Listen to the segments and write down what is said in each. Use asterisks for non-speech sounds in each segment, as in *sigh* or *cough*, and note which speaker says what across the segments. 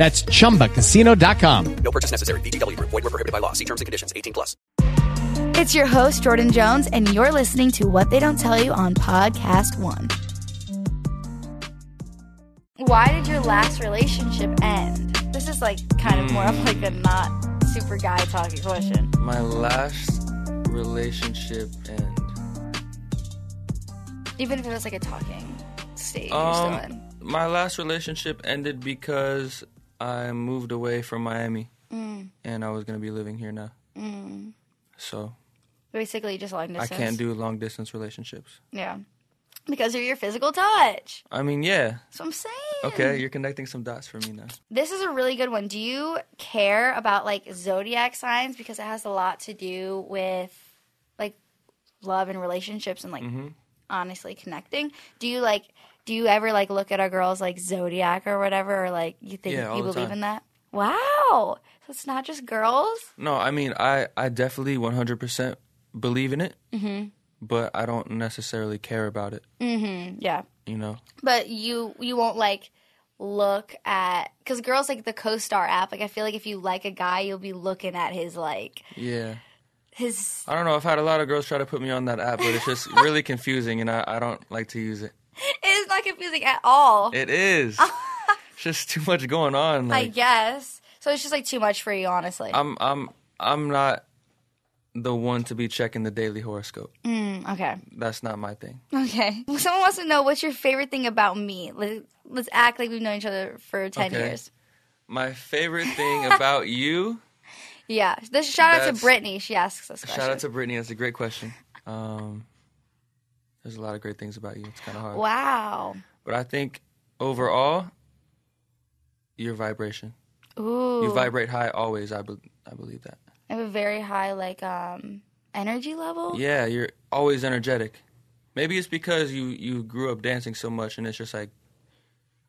Speaker 1: That's chumbacasino.com.
Speaker 2: No purchase necessary. VGW Group. Void were prohibited by law. See terms and conditions. 18 plus.
Speaker 3: It's your host, Jordan Jones, and you're listening to What They Don't Tell You on Podcast One. Why did your last relationship end? This is like kind of more
Speaker 4: Hmm.
Speaker 3: of like a not super guy talking question.
Speaker 4: My last relationship end.
Speaker 3: Even if it was like a talking stage you're still
Speaker 4: Um,
Speaker 3: in.
Speaker 4: my last relationship ended because I moved away from Miami, and I was gonna be living here now. Mm. So
Speaker 3: Basically just long distance.
Speaker 4: I can't do long distance relationships.
Speaker 3: Yeah. Because of your physical touch.
Speaker 4: I mean, yeah,
Speaker 3: That's what I'm saying.
Speaker 4: okay, you're connecting some dots for me now.
Speaker 3: This is a really good one. Do you care about like zodiac signs because it has a lot to do with like love and relationships and like
Speaker 4: Mm-hmm.
Speaker 3: honestly connecting? Do you like do you ever like look at a girl's like zodiac or whatever or like you think
Speaker 4: Yeah, all
Speaker 3: you
Speaker 4: the
Speaker 3: believe
Speaker 4: time.
Speaker 3: in that? Wow. So it's not just girls?
Speaker 4: No, I mean, I I definitely 100% believe in it, mm-hmm. but I don't necessarily care about it.
Speaker 3: Yeah.
Speaker 4: You know,
Speaker 3: But you you won't like look at cuz girls like the co-star app. Like I feel like if you like a guy, you'll be looking at his like
Speaker 4: yeah.
Speaker 3: his *laughs*
Speaker 4: I don't know. I've had a lot of girls try to put me on that app, but it's just really confusing, and I, I don't like to use it.
Speaker 3: It's not confusing at all. *laughs*
Speaker 4: It is. it's just too much going on.
Speaker 3: I
Speaker 4: Like Um,
Speaker 3: guess. So it's just like too much for you, honestly.
Speaker 4: I'm I'm I'm not the one to be checking the daily horoscope.
Speaker 3: okay.
Speaker 4: That's not my thing.
Speaker 3: Okay. *laughs* Well, Someone wants to know what's your favorite thing about me. Let- Let's act like we've known each other for 10
Speaker 4: Okay.
Speaker 3: years.
Speaker 4: My favorite thing
Speaker 3: *laughs*
Speaker 4: about you.
Speaker 3: Yeah. This shout out
Speaker 4: That's-
Speaker 3: to Brittany. She asks this question.
Speaker 4: Shout out to Brittany. That's a great question. Um, there's a lot of great things about you. It's kind of hard,
Speaker 3: Wow.
Speaker 4: but I think overall, your vibration.
Speaker 3: Ooh.
Speaker 4: You vibrate high always. I be- I believe that.
Speaker 3: I have a very high like um energy level.
Speaker 4: Yeah, you're always energetic. Maybe it's because you you grew up dancing so much, and it's just like,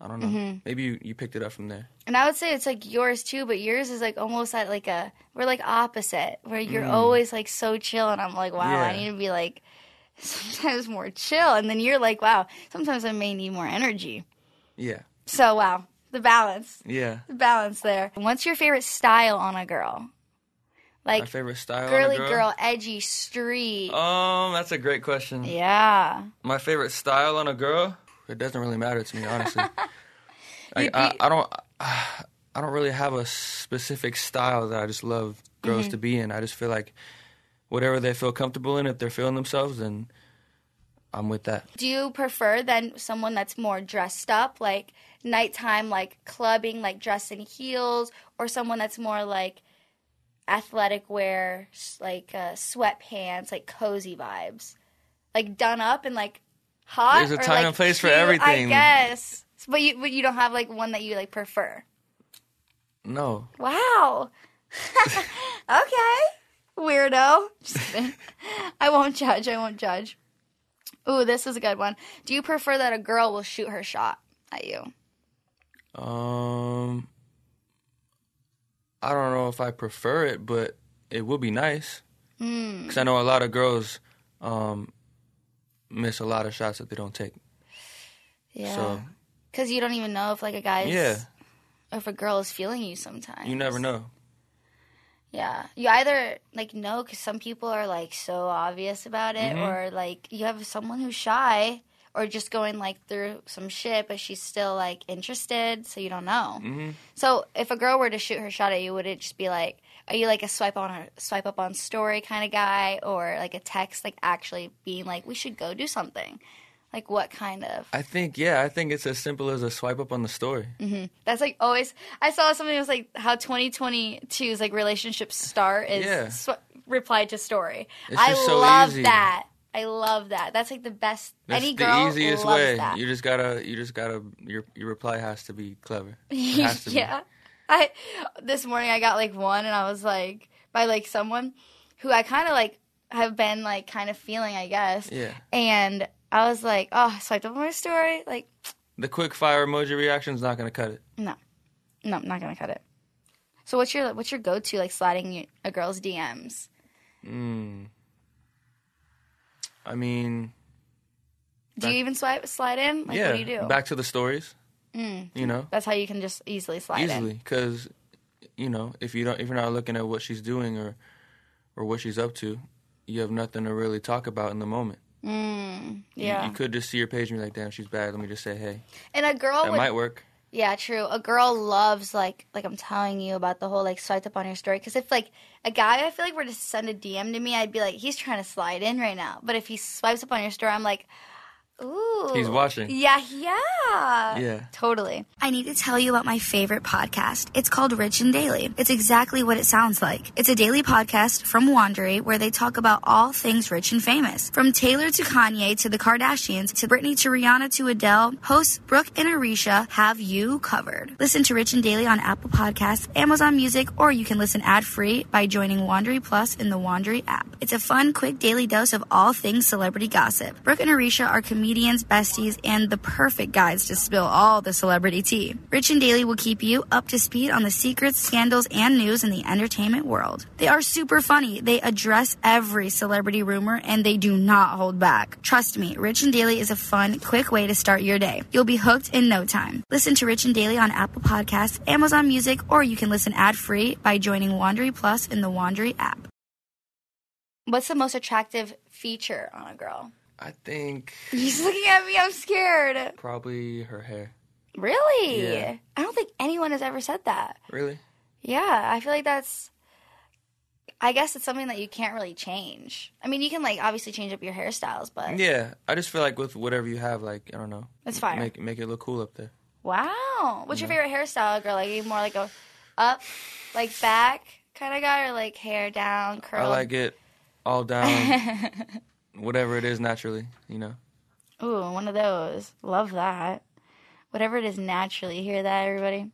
Speaker 4: I don't know.
Speaker 3: Mm-hmm.
Speaker 4: Maybe you, you picked it up from there.
Speaker 3: And I would say it's like yours too, but yours is like almost at like a we're like opposite where you're always like so chill and I'm like, wow, I
Speaker 4: Mm. Yeah.
Speaker 3: need to be like *laughs* sometimes more chill and then you're like, wow, sometimes I may need more energy.
Speaker 4: Yeah,
Speaker 3: So wow, the balance.
Speaker 4: yeah.
Speaker 3: The balance there. What's your favorite style on a girl?
Speaker 4: My
Speaker 3: Like
Speaker 4: favorite style. on a
Speaker 3: girly girl?
Speaker 4: girl?
Speaker 3: edgy street.
Speaker 4: Um, that's a great question.
Speaker 3: yeah.
Speaker 4: My favorite style on a girl. It doesn't really matter to
Speaker 3: *laughs*
Speaker 4: me, honestly. like, I,
Speaker 3: you-
Speaker 4: I don't. I don't really have a specific style that I just love girls
Speaker 3: Mm-hmm.
Speaker 4: to be in. I just feel like whatever they feel comfortable in, if they're feeling themselves, then I'm with that.
Speaker 3: Do you prefer then someone that's more dressed up, like nighttime, like clubbing, like dressed in heels, or someone that's more like athletic wear, s- like uh, sweatpants, like cozy vibes, like done up and like hot?
Speaker 4: There's a
Speaker 3: or,
Speaker 4: time
Speaker 3: like,
Speaker 4: and place for
Speaker 3: cute,
Speaker 4: everything.
Speaker 3: I guess, but you but you don't have like one that you like prefer.
Speaker 4: No,
Speaker 3: Wow. *laughs* okay. Weirdo. Just kidding. *laughs* I won't judge. I won't judge. Ooh, this is a good one. Do you prefer that a girl will shoot her shot at you?
Speaker 4: Um, I don't know if I prefer it, but it would be nice.
Speaker 3: Hmm.
Speaker 4: Because I know a lot of girls um, miss a lot of shots that they don't take. So,
Speaker 3: Because you don't even know if like a guy's
Speaker 4: yeah,
Speaker 3: or if a girl is feeling you sometimes.
Speaker 4: you never know.
Speaker 3: Yeah. You either like know because some people are like so obvious about it, or like you have someone who's shy or just going like through some shit, but she's still like interested, so you don't know. So if a girl were to shoot her shot at you, would it just be like, Are you like a swipe on or swipe up on story kind of guy, or like a text, like actually being like, we should go do something? Like what kind of?
Speaker 4: I think yeah, I think it's as simple as a swipe up on the story.
Speaker 3: Mm-hmm. That's like always. I saw something that was like how 2022's like relationships start is
Speaker 4: Yeah.
Speaker 3: sw- reply to story.
Speaker 4: It's
Speaker 3: I
Speaker 4: just so
Speaker 3: love
Speaker 4: easy.
Speaker 3: that. I love that. That's like the best.
Speaker 4: That's
Speaker 3: any
Speaker 4: the
Speaker 3: girl
Speaker 4: easiest
Speaker 3: loves
Speaker 4: way.
Speaker 3: that.
Speaker 4: You just gotta you just gotta your your reply has to be
Speaker 3: *laughs*
Speaker 4: clever. It has to be.
Speaker 3: yeah. I this morning I got like one and I was like by like someone who I kind of like have been like kind of feeling I guess.
Speaker 4: Yeah.
Speaker 3: And I was like, oh, I swiped up on my story. Like,
Speaker 4: The quick fire emoji reaction's not gonna cut it.
Speaker 3: no, no, I'm not gonna cut it. So what's your what's your go to like sliding you- a girl's DMs?
Speaker 4: I mean
Speaker 3: Do you even swipe slide in? Like,
Speaker 4: yeah.
Speaker 3: what do you do? Mm.
Speaker 4: Back to the stories. You know?
Speaker 3: That's how you can just easily slide
Speaker 4: easily
Speaker 3: in.
Speaker 4: because you know if you don't if you're not looking at what she's doing or or what she's up to you have nothing to really talk about in the moment You-
Speaker 3: Yeah.
Speaker 4: you, could just see her page and be like damn she's bad let me just say hey
Speaker 3: and a girl
Speaker 4: that
Speaker 3: would
Speaker 4: might work
Speaker 3: Yeah, true. A girl loves like like I'm telling you about the whole like swipe up on your story because if like a guy, I feel like were to send a DM to me, I'd be like, he's trying to slide in right now. But if he swipes up on your story, I'm like, ooh,
Speaker 4: He's watching.
Speaker 3: Yeah, yeah,
Speaker 4: Yeah.
Speaker 3: totally.
Speaker 5: I need to tell you about my favorite podcast. It's called Rich and Daily. It's exactly what it sounds like. It's a daily podcast from Wandery where they talk about all things rich and famous. From Taylor to Kanye to the Kardashians to Britney to Rihanna to Adele, hosts Brooke and Arisha have you covered. Listen to Rich and Daily on Apple Podcasts, Amazon Music, or you can listen ad-free by joining Wandery Plus in the Wandery app. It's a fun, quick daily dose of all things celebrity gossip. Brooke and Arisha are comedians, besties, and the perfect guides to spill all the celebrity tea. Rich and Daily will keep you up to speed on the secrets, scandals, and news in the entertainment world. They are super funny. They address every celebrity rumor and they do not hold back. Trust me, Rich and Daily is a fun, quick way to start your day. You'll be hooked in no time. Listen to Rich and Daily on Apple Podcasts, Amazon Music, or you can listen ad-free by joining Wandery Plus in the Wandery app.
Speaker 3: What's the most attractive feature on a girl?
Speaker 4: i think
Speaker 3: He's looking at me. I'm scared.
Speaker 4: probably her hair
Speaker 3: Really?
Speaker 4: Yeah.
Speaker 3: I don't think anyone has ever said that.
Speaker 4: really
Speaker 3: Yeah, I feel like that's. I guess it's something that you can't really change. I mean, you can like obviously change up your hairstyles, but
Speaker 4: yeah i just feel like with whatever you have like i don't know
Speaker 3: It's fire.
Speaker 4: make, make it look cool up there
Speaker 3: wow, what's your favorite hairstyle, girl? Like, are you more like a up, like back kind of guy, or like hair down, curl?
Speaker 4: i like it all down
Speaker 3: *laughs*
Speaker 4: whatever it is naturally you know
Speaker 3: Ooh, one of those. Love that. Whatever it is, naturally. Hear that, everybody?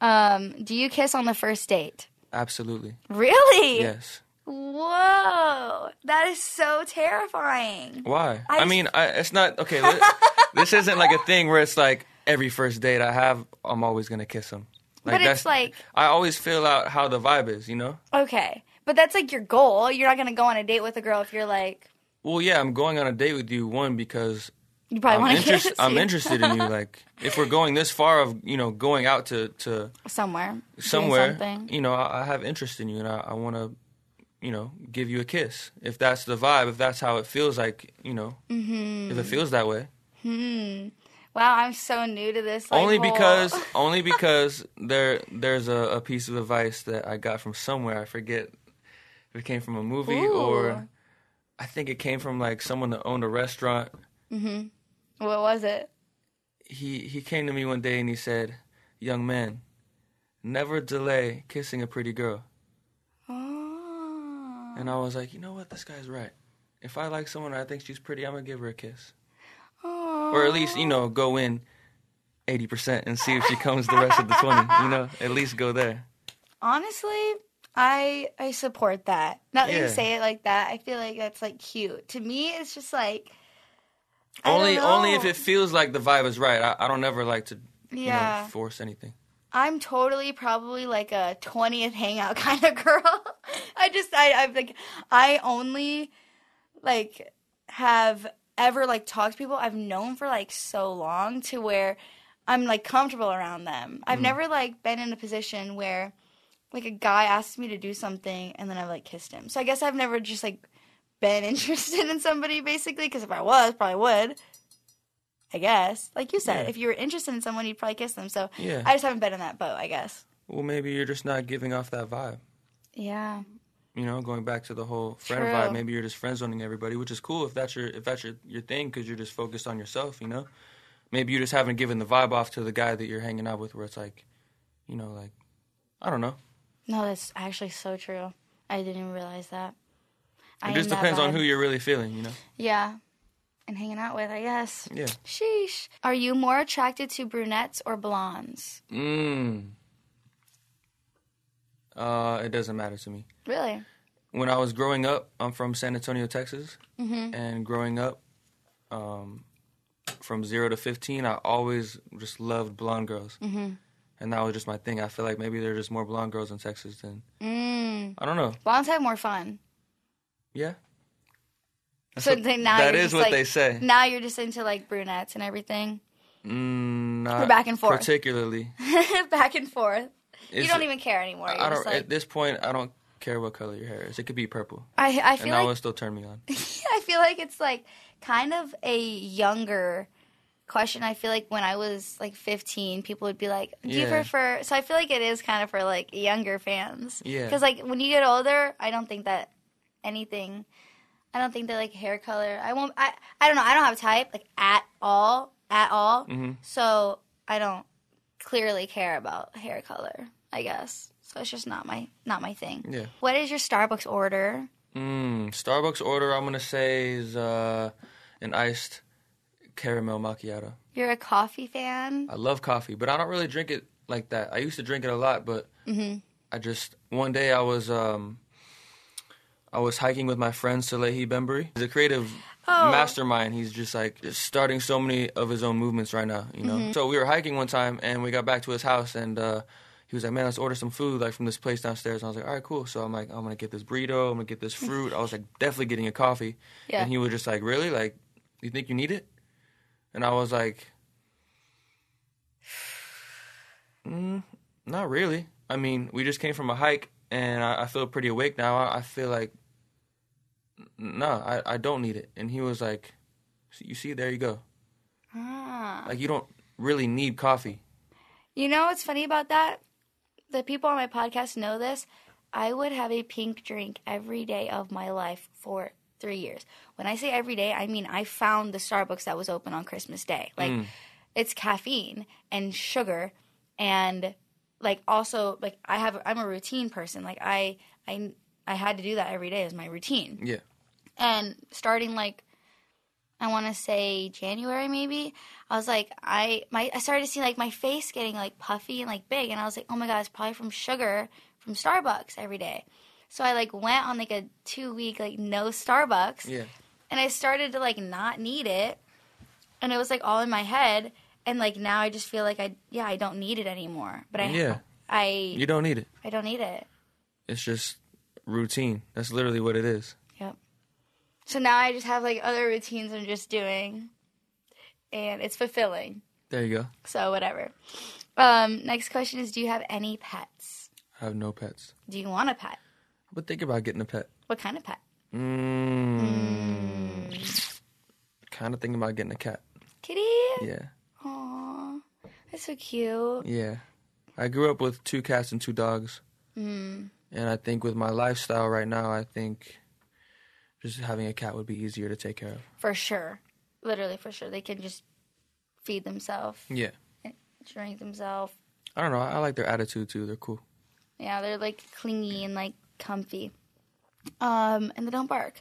Speaker 3: Um, do you kiss on the first date?
Speaker 4: absolutely
Speaker 3: Really?
Speaker 4: yes
Speaker 3: Whoa, that is so terrifying.
Speaker 4: Why?
Speaker 3: I
Speaker 4: I,
Speaker 3: just-
Speaker 4: mean, I, it's not okay.
Speaker 3: *laughs*
Speaker 4: li- this isn't like a thing where it's like every first date I have, I'm always gonna kiss him.
Speaker 3: But it's like-
Speaker 4: I always feel out how the vibe is, you know.
Speaker 3: Okay. But that's like your goal. You're not going to go on a date with a girl if you're like,
Speaker 4: Well, yeah, I'm going on a date with you one because
Speaker 3: you probably
Speaker 4: I'm,
Speaker 3: want to
Speaker 4: interest-
Speaker 3: kiss
Speaker 4: I'm
Speaker 3: you *laughs*
Speaker 4: interested in you. Like, if we're going this far of you know going out to to
Speaker 3: somewhere. doing
Speaker 4: somewhere,
Speaker 3: something.
Speaker 4: you know, I, I have interest in you and I, I want to, you know, give you a kiss. If that's the vibe, if that's how it feels like, you know,
Speaker 3: Mm-hmm.
Speaker 4: if it feels that way.
Speaker 3: Wow, I'm so new to this. Like,
Speaker 4: only
Speaker 3: whole- *laughs*
Speaker 4: because only because there there's a, a piece of advice that I got from somewhere. I forget if it came from a movie
Speaker 3: Ooh.
Speaker 4: or I think it came from like someone that owned a restaurant.
Speaker 3: What was it?
Speaker 4: He he came to me one day and he said, "Young man, never delay kissing a pretty girl."
Speaker 3: Oh.
Speaker 4: And I was like, "You know what? This guy's right. If I like someone, and I think she's pretty. I'm gonna give her a kiss, or at least you know go in." 80% and see if she comes the rest of the 20 you know at least go there
Speaker 3: Honestly, I I support that. Now that you
Speaker 4: Yeah.
Speaker 3: say it like that, I feel like that's like cute. To me, it's just like I don't
Speaker 4: Only, only if
Speaker 3: know.
Speaker 4: it feels like the vibe is right. I, I don't ever like to, you
Speaker 3: Yeah.
Speaker 4: know, force anything.
Speaker 3: I'm totally probably like a 20th hangout *laughs* kind of girl. I just I I'm like I only like have ever like talked to people I've known for like so long to where I'm like comfortable around them.
Speaker 4: Mm.
Speaker 3: I've never like been in a position where like a guy asks me to do something and then I've like kissed him. So I guess I've never just like been *laughs* interested in somebody basically because if I was, probably would. I guess, like you said,
Speaker 4: Yeah.
Speaker 3: if you were interested in someone, you'd probably kiss them. So
Speaker 4: Yeah.
Speaker 3: I just haven't been in that boat, I guess.
Speaker 4: Well, maybe you're just not giving off that vibe.
Speaker 3: Yeah.
Speaker 4: You know, going back to the whole friend
Speaker 3: True.
Speaker 4: vibe, maybe you're just friend zoning everybody, which is cool if that's your if that's your, your thing because you're just focused on yourself. You know, maybe you just haven't given the vibe off to the guy that you're hanging out with, where it's like, you know, like I don't know.
Speaker 3: No, that's actually so true. I didn't realize that. I
Speaker 4: It just
Speaker 3: am that
Speaker 4: depends on
Speaker 3: bad.
Speaker 4: who you're really feeling. You know,
Speaker 3: Yeah. And hanging out with, I guess.
Speaker 4: yeah.
Speaker 3: Sheesh. Are you more attracted to brunettes or blondes?
Speaker 4: Mm. Uh, it doesn't matter to me.
Speaker 3: Really?
Speaker 4: when I was growing up, I'm from San Antonio, Texas,
Speaker 3: Mm-hmm.
Speaker 4: and growing up, um, from zero to fifteen, I always just loved blonde girls, mm-hmm. and that was just my thing. I feel like maybe there are just more blonde girls in Texas than
Speaker 3: Mm.
Speaker 4: I don't know.
Speaker 3: Blondes have more fun.
Speaker 4: Yeah, That's
Speaker 3: so
Speaker 4: what-
Speaker 3: then now
Speaker 4: that
Speaker 3: you're
Speaker 4: is
Speaker 3: just
Speaker 4: what
Speaker 3: like-
Speaker 4: they say.
Speaker 3: Now you're just into like brunettes and everything. *laughs*
Speaker 4: Mm, not
Speaker 3: We're back and forth. *laughs*
Speaker 4: Particularly,
Speaker 3: Back and forth.
Speaker 4: It's-
Speaker 3: you don't even care anymore. You're
Speaker 4: I don't.
Speaker 3: just like,
Speaker 4: at this point, I don't care what color your hair is. It could be purple,
Speaker 3: I, I feel
Speaker 4: and
Speaker 3: like
Speaker 4: that would still turn me on.
Speaker 3: *laughs* I feel like it's like kind of a younger question. I feel like when I was like 15, people would be like, "Do you
Speaker 4: Yeah.
Speaker 3: prefer?" So I feel like it is kind of for like younger fans.
Speaker 4: Yeah.
Speaker 3: Because like when you get older, I don't think that anything. I don't think that like hair color. I won't. I I don't know. I don't have a type like at all at all.
Speaker 4: Mm-hmm.
Speaker 3: So I don't clearly care about hair color. I guess. So it's just not my not my thing.
Speaker 4: Yeah.
Speaker 3: What is your Starbucks order?
Speaker 4: Mm, Starbucks order, I'm gonna say is uh, an iced caramel macchiato.
Speaker 3: You're a coffee fan.
Speaker 4: I love coffee, but I don't really drink it like that. I used to drink it a lot, but I just one day I was um I was hiking with my friend Salehi Bembury. He's a creative mastermind. He's just like just starting so many of his own movements right now, you know. So we were hiking one time and we got back to his house and uh he was like, "Man, let's order some food like from this place downstairs." And I was like, "All right, cool." So I'm like, "I'm gonna get this burrito. I'm gonna get this fruit." I was like, "Definitely getting a coffee."
Speaker 3: Yeah.
Speaker 4: And he was just like, "Really? Like, you think you need it?" And I was like, "Mm, Not really. I mean, we just came from a hike, and I, I feel pretty awake now. I, I feel like, no, I, I don't need it. And he was like, you see, there you go. Like, you don't really need coffee.
Speaker 3: You know what's funny about that? The people on my podcast know this. I would have a pink drink every day of my life for three years. When I say every day, I mean I found the Starbucks that was open on Christmas Day. Like, it's caffeine and sugar and like also like I have I'm a routine person. Like I I I had to do that every day as my routine
Speaker 4: Yeah.
Speaker 3: and starting like I want to say January maybe I was like I my I started to see like my face getting like puffy and like big and I was like oh my god it's probably from sugar from Starbucks every day so I like went on like a 2 week like no Starbucks
Speaker 4: Yeah.
Speaker 3: and I started to like not need it and it was like all in my head and like now I just feel like I yeah I don't need it anymore but I
Speaker 4: Yeah.
Speaker 3: I
Speaker 4: You don't need it.
Speaker 3: I don't need it
Speaker 4: It's just routine. That's literally what it is.
Speaker 3: Yep. So now I just have like other routines I'm just doing, and it's fulfilling.
Speaker 4: There you go.
Speaker 3: So whatever. Um, next question is: Do you have any pets?
Speaker 4: I have no pets.
Speaker 3: Do you want a pet?
Speaker 4: But think about getting a pet.
Speaker 3: What kind of pet?
Speaker 4: Mm. Kind of thinking about getting a cat.
Speaker 3: Kitty.
Speaker 4: Yeah.
Speaker 3: Aw, that's so cute.
Speaker 4: Yeah. I grew up with two cats and two dogs. Mm. And I think with my lifestyle right now, I think just having a cat would be easier to take care of.
Speaker 3: For sure. Literally for sure. They can just feed themselves,
Speaker 4: Yeah.
Speaker 3: drink themselves.
Speaker 4: I don't know. I like their attitude too. They're cool.
Speaker 3: Yeah, they're like clingy and like comfy. Um, and they don't bark.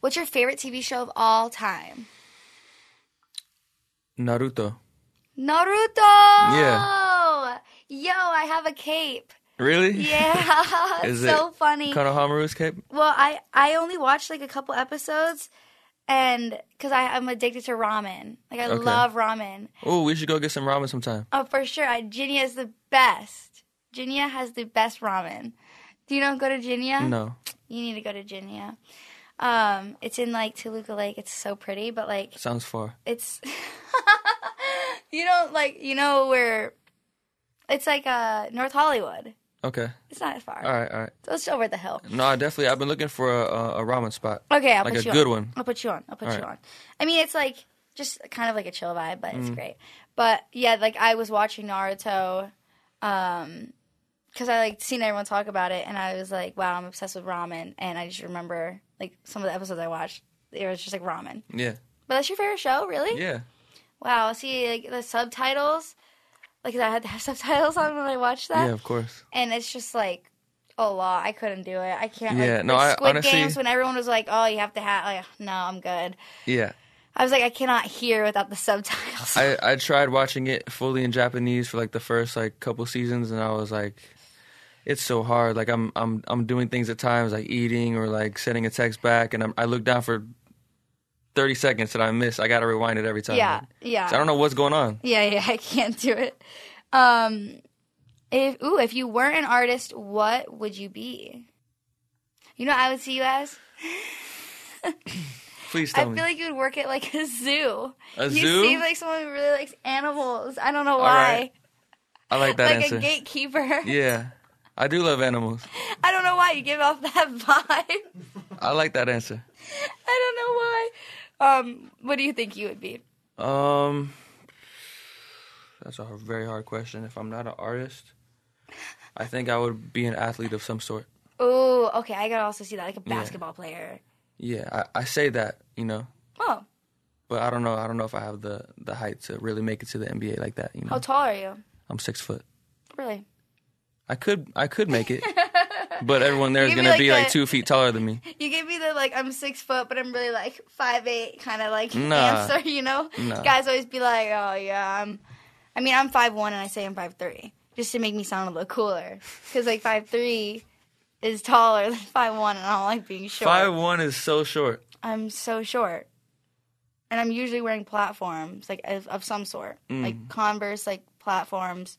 Speaker 3: What's your favorite TV show of all time?
Speaker 4: Naruto.
Speaker 3: Naruto.
Speaker 4: Yeah.
Speaker 3: Yo, I have a
Speaker 4: *laughs*
Speaker 3: cape.
Speaker 4: Really?
Speaker 3: Yeah, it's
Speaker 4: Is
Speaker 3: so
Speaker 4: it
Speaker 3: funny.
Speaker 4: Konohamaru's cape?
Speaker 3: well, I I only watched like a couple episodes, and because I'm addicted to ramen, like I
Speaker 4: Okay.
Speaker 3: love ramen.
Speaker 4: Oh, we should go get some ramen sometime.
Speaker 3: Oh, for sure, I, Ginia is the best. Ginia has the best ramen. Do you not go to Ginia?
Speaker 4: No.
Speaker 3: You need to go to Ginia. Um, it's in like Toluca Lake. It's so pretty, but like
Speaker 4: Sounds far.
Speaker 3: it's *laughs* you don't like you know where it's like uh North Hollywood.
Speaker 4: Okay.
Speaker 3: It's not far.
Speaker 4: All right. All right.
Speaker 3: So it's over the hill.
Speaker 4: No, I definitely. I've been looking for a, a, a ramen spot.
Speaker 3: Okay, I'll
Speaker 4: like
Speaker 3: put
Speaker 4: a
Speaker 3: you
Speaker 4: good
Speaker 3: on.
Speaker 4: one.
Speaker 3: I'll put you on. I'll put
Speaker 4: All
Speaker 3: you
Speaker 4: right.
Speaker 3: on. I mean, it's like just kind of like a chill vibe,
Speaker 4: Mm.
Speaker 3: but it's great. But yeah, like I was watching Naruto, um, because I like seen everyone talk about it, and I was like, wow, I'm obsessed with ramen, and I just remember like some of the episodes I watched. It was just like ramen.
Speaker 4: Yeah.
Speaker 3: But that's your favorite show, really?
Speaker 4: Yeah.
Speaker 3: Wow. See, like the subtitles, like I had to have *laughs* subtitles on when I watched that,
Speaker 4: Yeah, of course.
Speaker 3: and it's just like. Oh, law! I couldn't do it. I can't.
Speaker 4: Yeah,
Speaker 3: like,
Speaker 4: no,
Speaker 3: with
Speaker 4: I-
Speaker 3: Squid
Speaker 4: honestly-
Speaker 3: Games when everyone was like, "Oh, you have to have." Like, no, I'm good.
Speaker 4: Yeah.
Speaker 3: I was like, I cannot hear without the *laughs* subtitles.
Speaker 4: I, I tried watching it fully in Japanese for like the first like couple seasons, and I was like, it's so hard. Like I'm I'm I'm doing things at times like eating or like sending a text back, and I'm, I look down for thirty seconds that I miss. I gotta rewind it every time.
Speaker 3: Yeah,
Speaker 4: Like,
Speaker 3: yeah.
Speaker 4: So I don't know what's going on.
Speaker 3: Yeah, yeah, I can't do it. Um, if ooh, if you weren't an artist, what would you be? You know, what I would see you as.
Speaker 4: Please
Speaker 3: I
Speaker 4: tell
Speaker 3: feel
Speaker 4: me.
Speaker 3: like you would work at like *laughs* a zoo.
Speaker 4: A
Speaker 3: you
Speaker 4: zoo?
Speaker 3: seem like someone who really likes animals. I don't know why.
Speaker 4: right. I like that
Speaker 3: like
Speaker 4: answer.
Speaker 3: a gatekeeper.
Speaker 4: *laughs* Yeah, I do love animals.
Speaker 3: *laughs* I don't know why you give off that *laughs* vibe.
Speaker 4: I like that answer.
Speaker 3: I don't know why. Um, what do you think you would be?
Speaker 4: Um, that's a very hard question. If I'm not an artist, I think I would be an athlete of some sort.
Speaker 3: Ooh, okay, I gotta also see that like a basketball player.
Speaker 4: Yeah, I, I say that, you know,
Speaker 3: Oh,
Speaker 4: but I don't know. I don't know if I have the the height to really make it to the NBA like that. You know,
Speaker 3: how tall are you?
Speaker 4: I'm six foot.
Speaker 3: Really?
Speaker 4: I could I could
Speaker 3: *laughs*
Speaker 4: make it, but everyone there is
Speaker 3: Give me
Speaker 4: gonna
Speaker 3: like
Speaker 4: be like
Speaker 3: a-
Speaker 4: two feet taller than me.
Speaker 3: You gave me the like I'm six foot, but I'm really like five eight kind of like *laughs*
Speaker 4: Nah.
Speaker 3: answer. You know,
Speaker 4: Nah.
Speaker 3: guys always be like, oh yeah, I'm. I mean, I'm five one, and I say I'm five three, just to make me sound a little cooler, because like five three is taller than *laughs* five one, and I don't like being short.
Speaker 4: Five one is so short.
Speaker 3: I'm so short, and I'm usually wearing platforms like of, of some sort,
Speaker 4: Mm.
Speaker 3: like Converse, like platforms,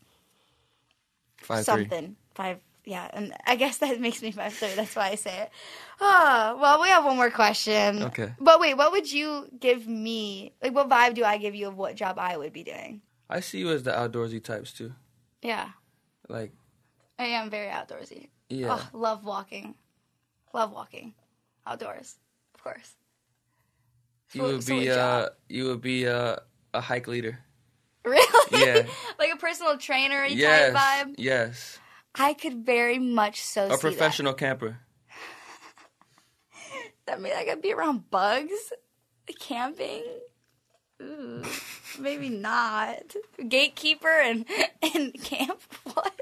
Speaker 4: Five three.
Speaker 3: something five. Yeah, and I guess that makes me five three. That's why I say it. Oh, well, we have one more question.
Speaker 4: Okay.
Speaker 3: But wait, what would you give me? Like, what vibe do I give you of what job I would be doing?
Speaker 4: I see you as the outdoorsy types too.
Speaker 3: Yeah,
Speaker 4: Like
Speaker 3: I am very outdoorsy.
Speaker 4: yeah,
Speaker 3: Ugh, love walking, love walking, outdoors, of course. *laughs*
Speaker 4: you
Speaker 3: so-
Speaker 4: would
Speaker 3: so
Speaker 4: be
Speaker 3: a
Speaker 4: uh
Speaker 3: job.
Speaker 4: you would be uh, a hike
Speaker 3: *laughs*
Speaker 4: leader.
Speaker 3: Really?
Speaker 4: Yeah.
Speaker 3: like a personal trainer
Speaker 4: yes.
Speaker 3: type vibe.
Speaker 4: Yes.
Speaker 3: I could very much so see
Speaker 4: A
Speaker 3: that.
Speaker 4: professional camper.
Speaker 3: That means I could be around bugs, camping. Ooh, maybe not. Gatekeeper and and camp. *laughs* What?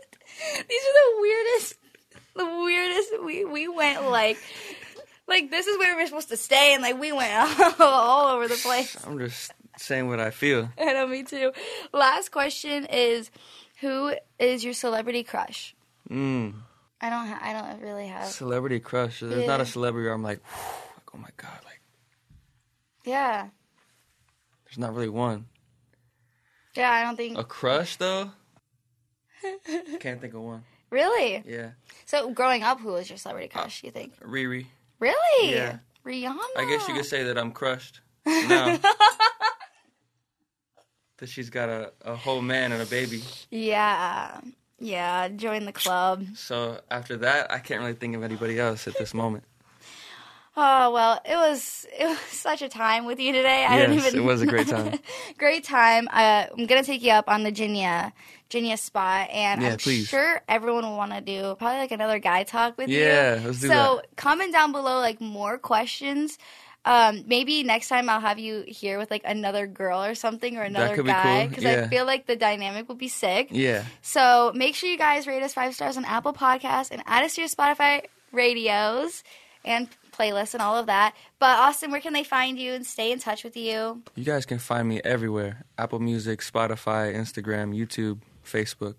Speaker 3: These are the weirdest. The weirdest. We we went like. Like this is where we're supposed to stay, and like we went *laughs* all over the place.
Speaker 4: I'm just saying what I feel.
Speaker 3: *laughs* I know, me too. Last question is, who is your celebrity crush?
Speaker 4: Mm.
Speaker 3: I don't. Ha- I don't really have.
Speaker 4: Celebrity crush. There's not a
Speaker 3: Yeah.
Speaker 4: celebrity where I'm like, like, oh my god, like
Speaker 3: Yeah,
Speaker 4: there's not really one.
Speaker 3: yeah. I don't think
Speaker 4: A
Speaker 3: *laughs*
Speaker 4: crush though? Can't think of one.
Speaker 3: really.
Speaker 4: Yeah.
Speaker 3: So growing up, who was your celebrity crush? You think
Speaker 4: Riri.
Speaker 3: really?
Speaker 4: Uh, Yeah.
Speaker 3: Rihanna.
Speaker 4: I guess you
Speaker 3: *gasps*
Speaker 4: could say that I'm crushed.
Speaker 3: *laughs*
Speaker 4: No. that she's got a, a whole man and a baby.
Speaker 3: Yeah, yeah. Join the club.
Speaker 4: So after that, I can't really think of anybody else at this moment.
Speaker 3: Oh well, it was *laughs* it was such a time with you today. I didn't
Speaker 4: Yes,
Speaker 3: even.
Speaker 4: it was a
Speaker 3: *laughs*
Speaker 4: great time.
Speaker 3: great time. Uh, I'm gonna take you up on the Ginia Ginia spot, and
Speaker 4: Yeah,
Speaker 3: I'm
Speaker 4: please.
Speaker 3: sure everyone will want to do probably like another guy talk with you.
Speaker 4: Yeah, let's do
Speaker 3: So
Speaker 4: that.
Speaker 3: comment down below like more questions. Um, maybe next time I'll have you here with like another girl or something or another
Speaker 4: could be
Speaker 3: guy
Speaker 4: cool,
Speaker 3: I
Speaker 4: yeah.
Speaker 3: feel like the dynamic would be sick.
Speaker 4: Yeah.
Speaker 3: So make sure you guys rate us five stars on Apple Podcasts and add us to your Spotify radios and playlists and all of that. But Austin, where can they find you and stay in touch with you?
Speaker 4: You guys can find me everywhere Apple Music, Spotify, Instagram, YouTube, Facebook,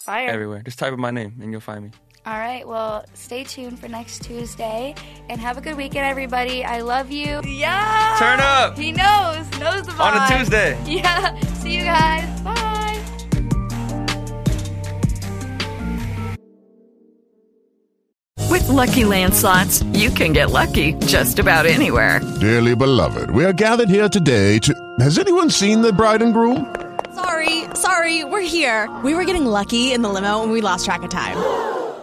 Speaker 3: Fire.
Speaker 4: everywhere. Just type in my name and you'll find me.
Speaker 3: All right. Well, stay tuned for next Tuesday and have a good weekend, everybody. I love you. Yeah.
Speaker 4: Turn up!
Speaker 3: He knows. Knows the
Speaker 4: On
Speaker 3: vibe.
Speaker 4: a Tuesday.
Speaker 3: *laughs* Yeah. See you guys. Bye.
Speaker 6: With Lucky Land slots, you can get lucky just about anywhere.
Speaker 7: Dearly beloved, we are gathered here today to. Has anyone seen the bride and groom?
Speaker 8: Sorry, sorry, we're here. We were getting lucky in the limo and we lost track of time.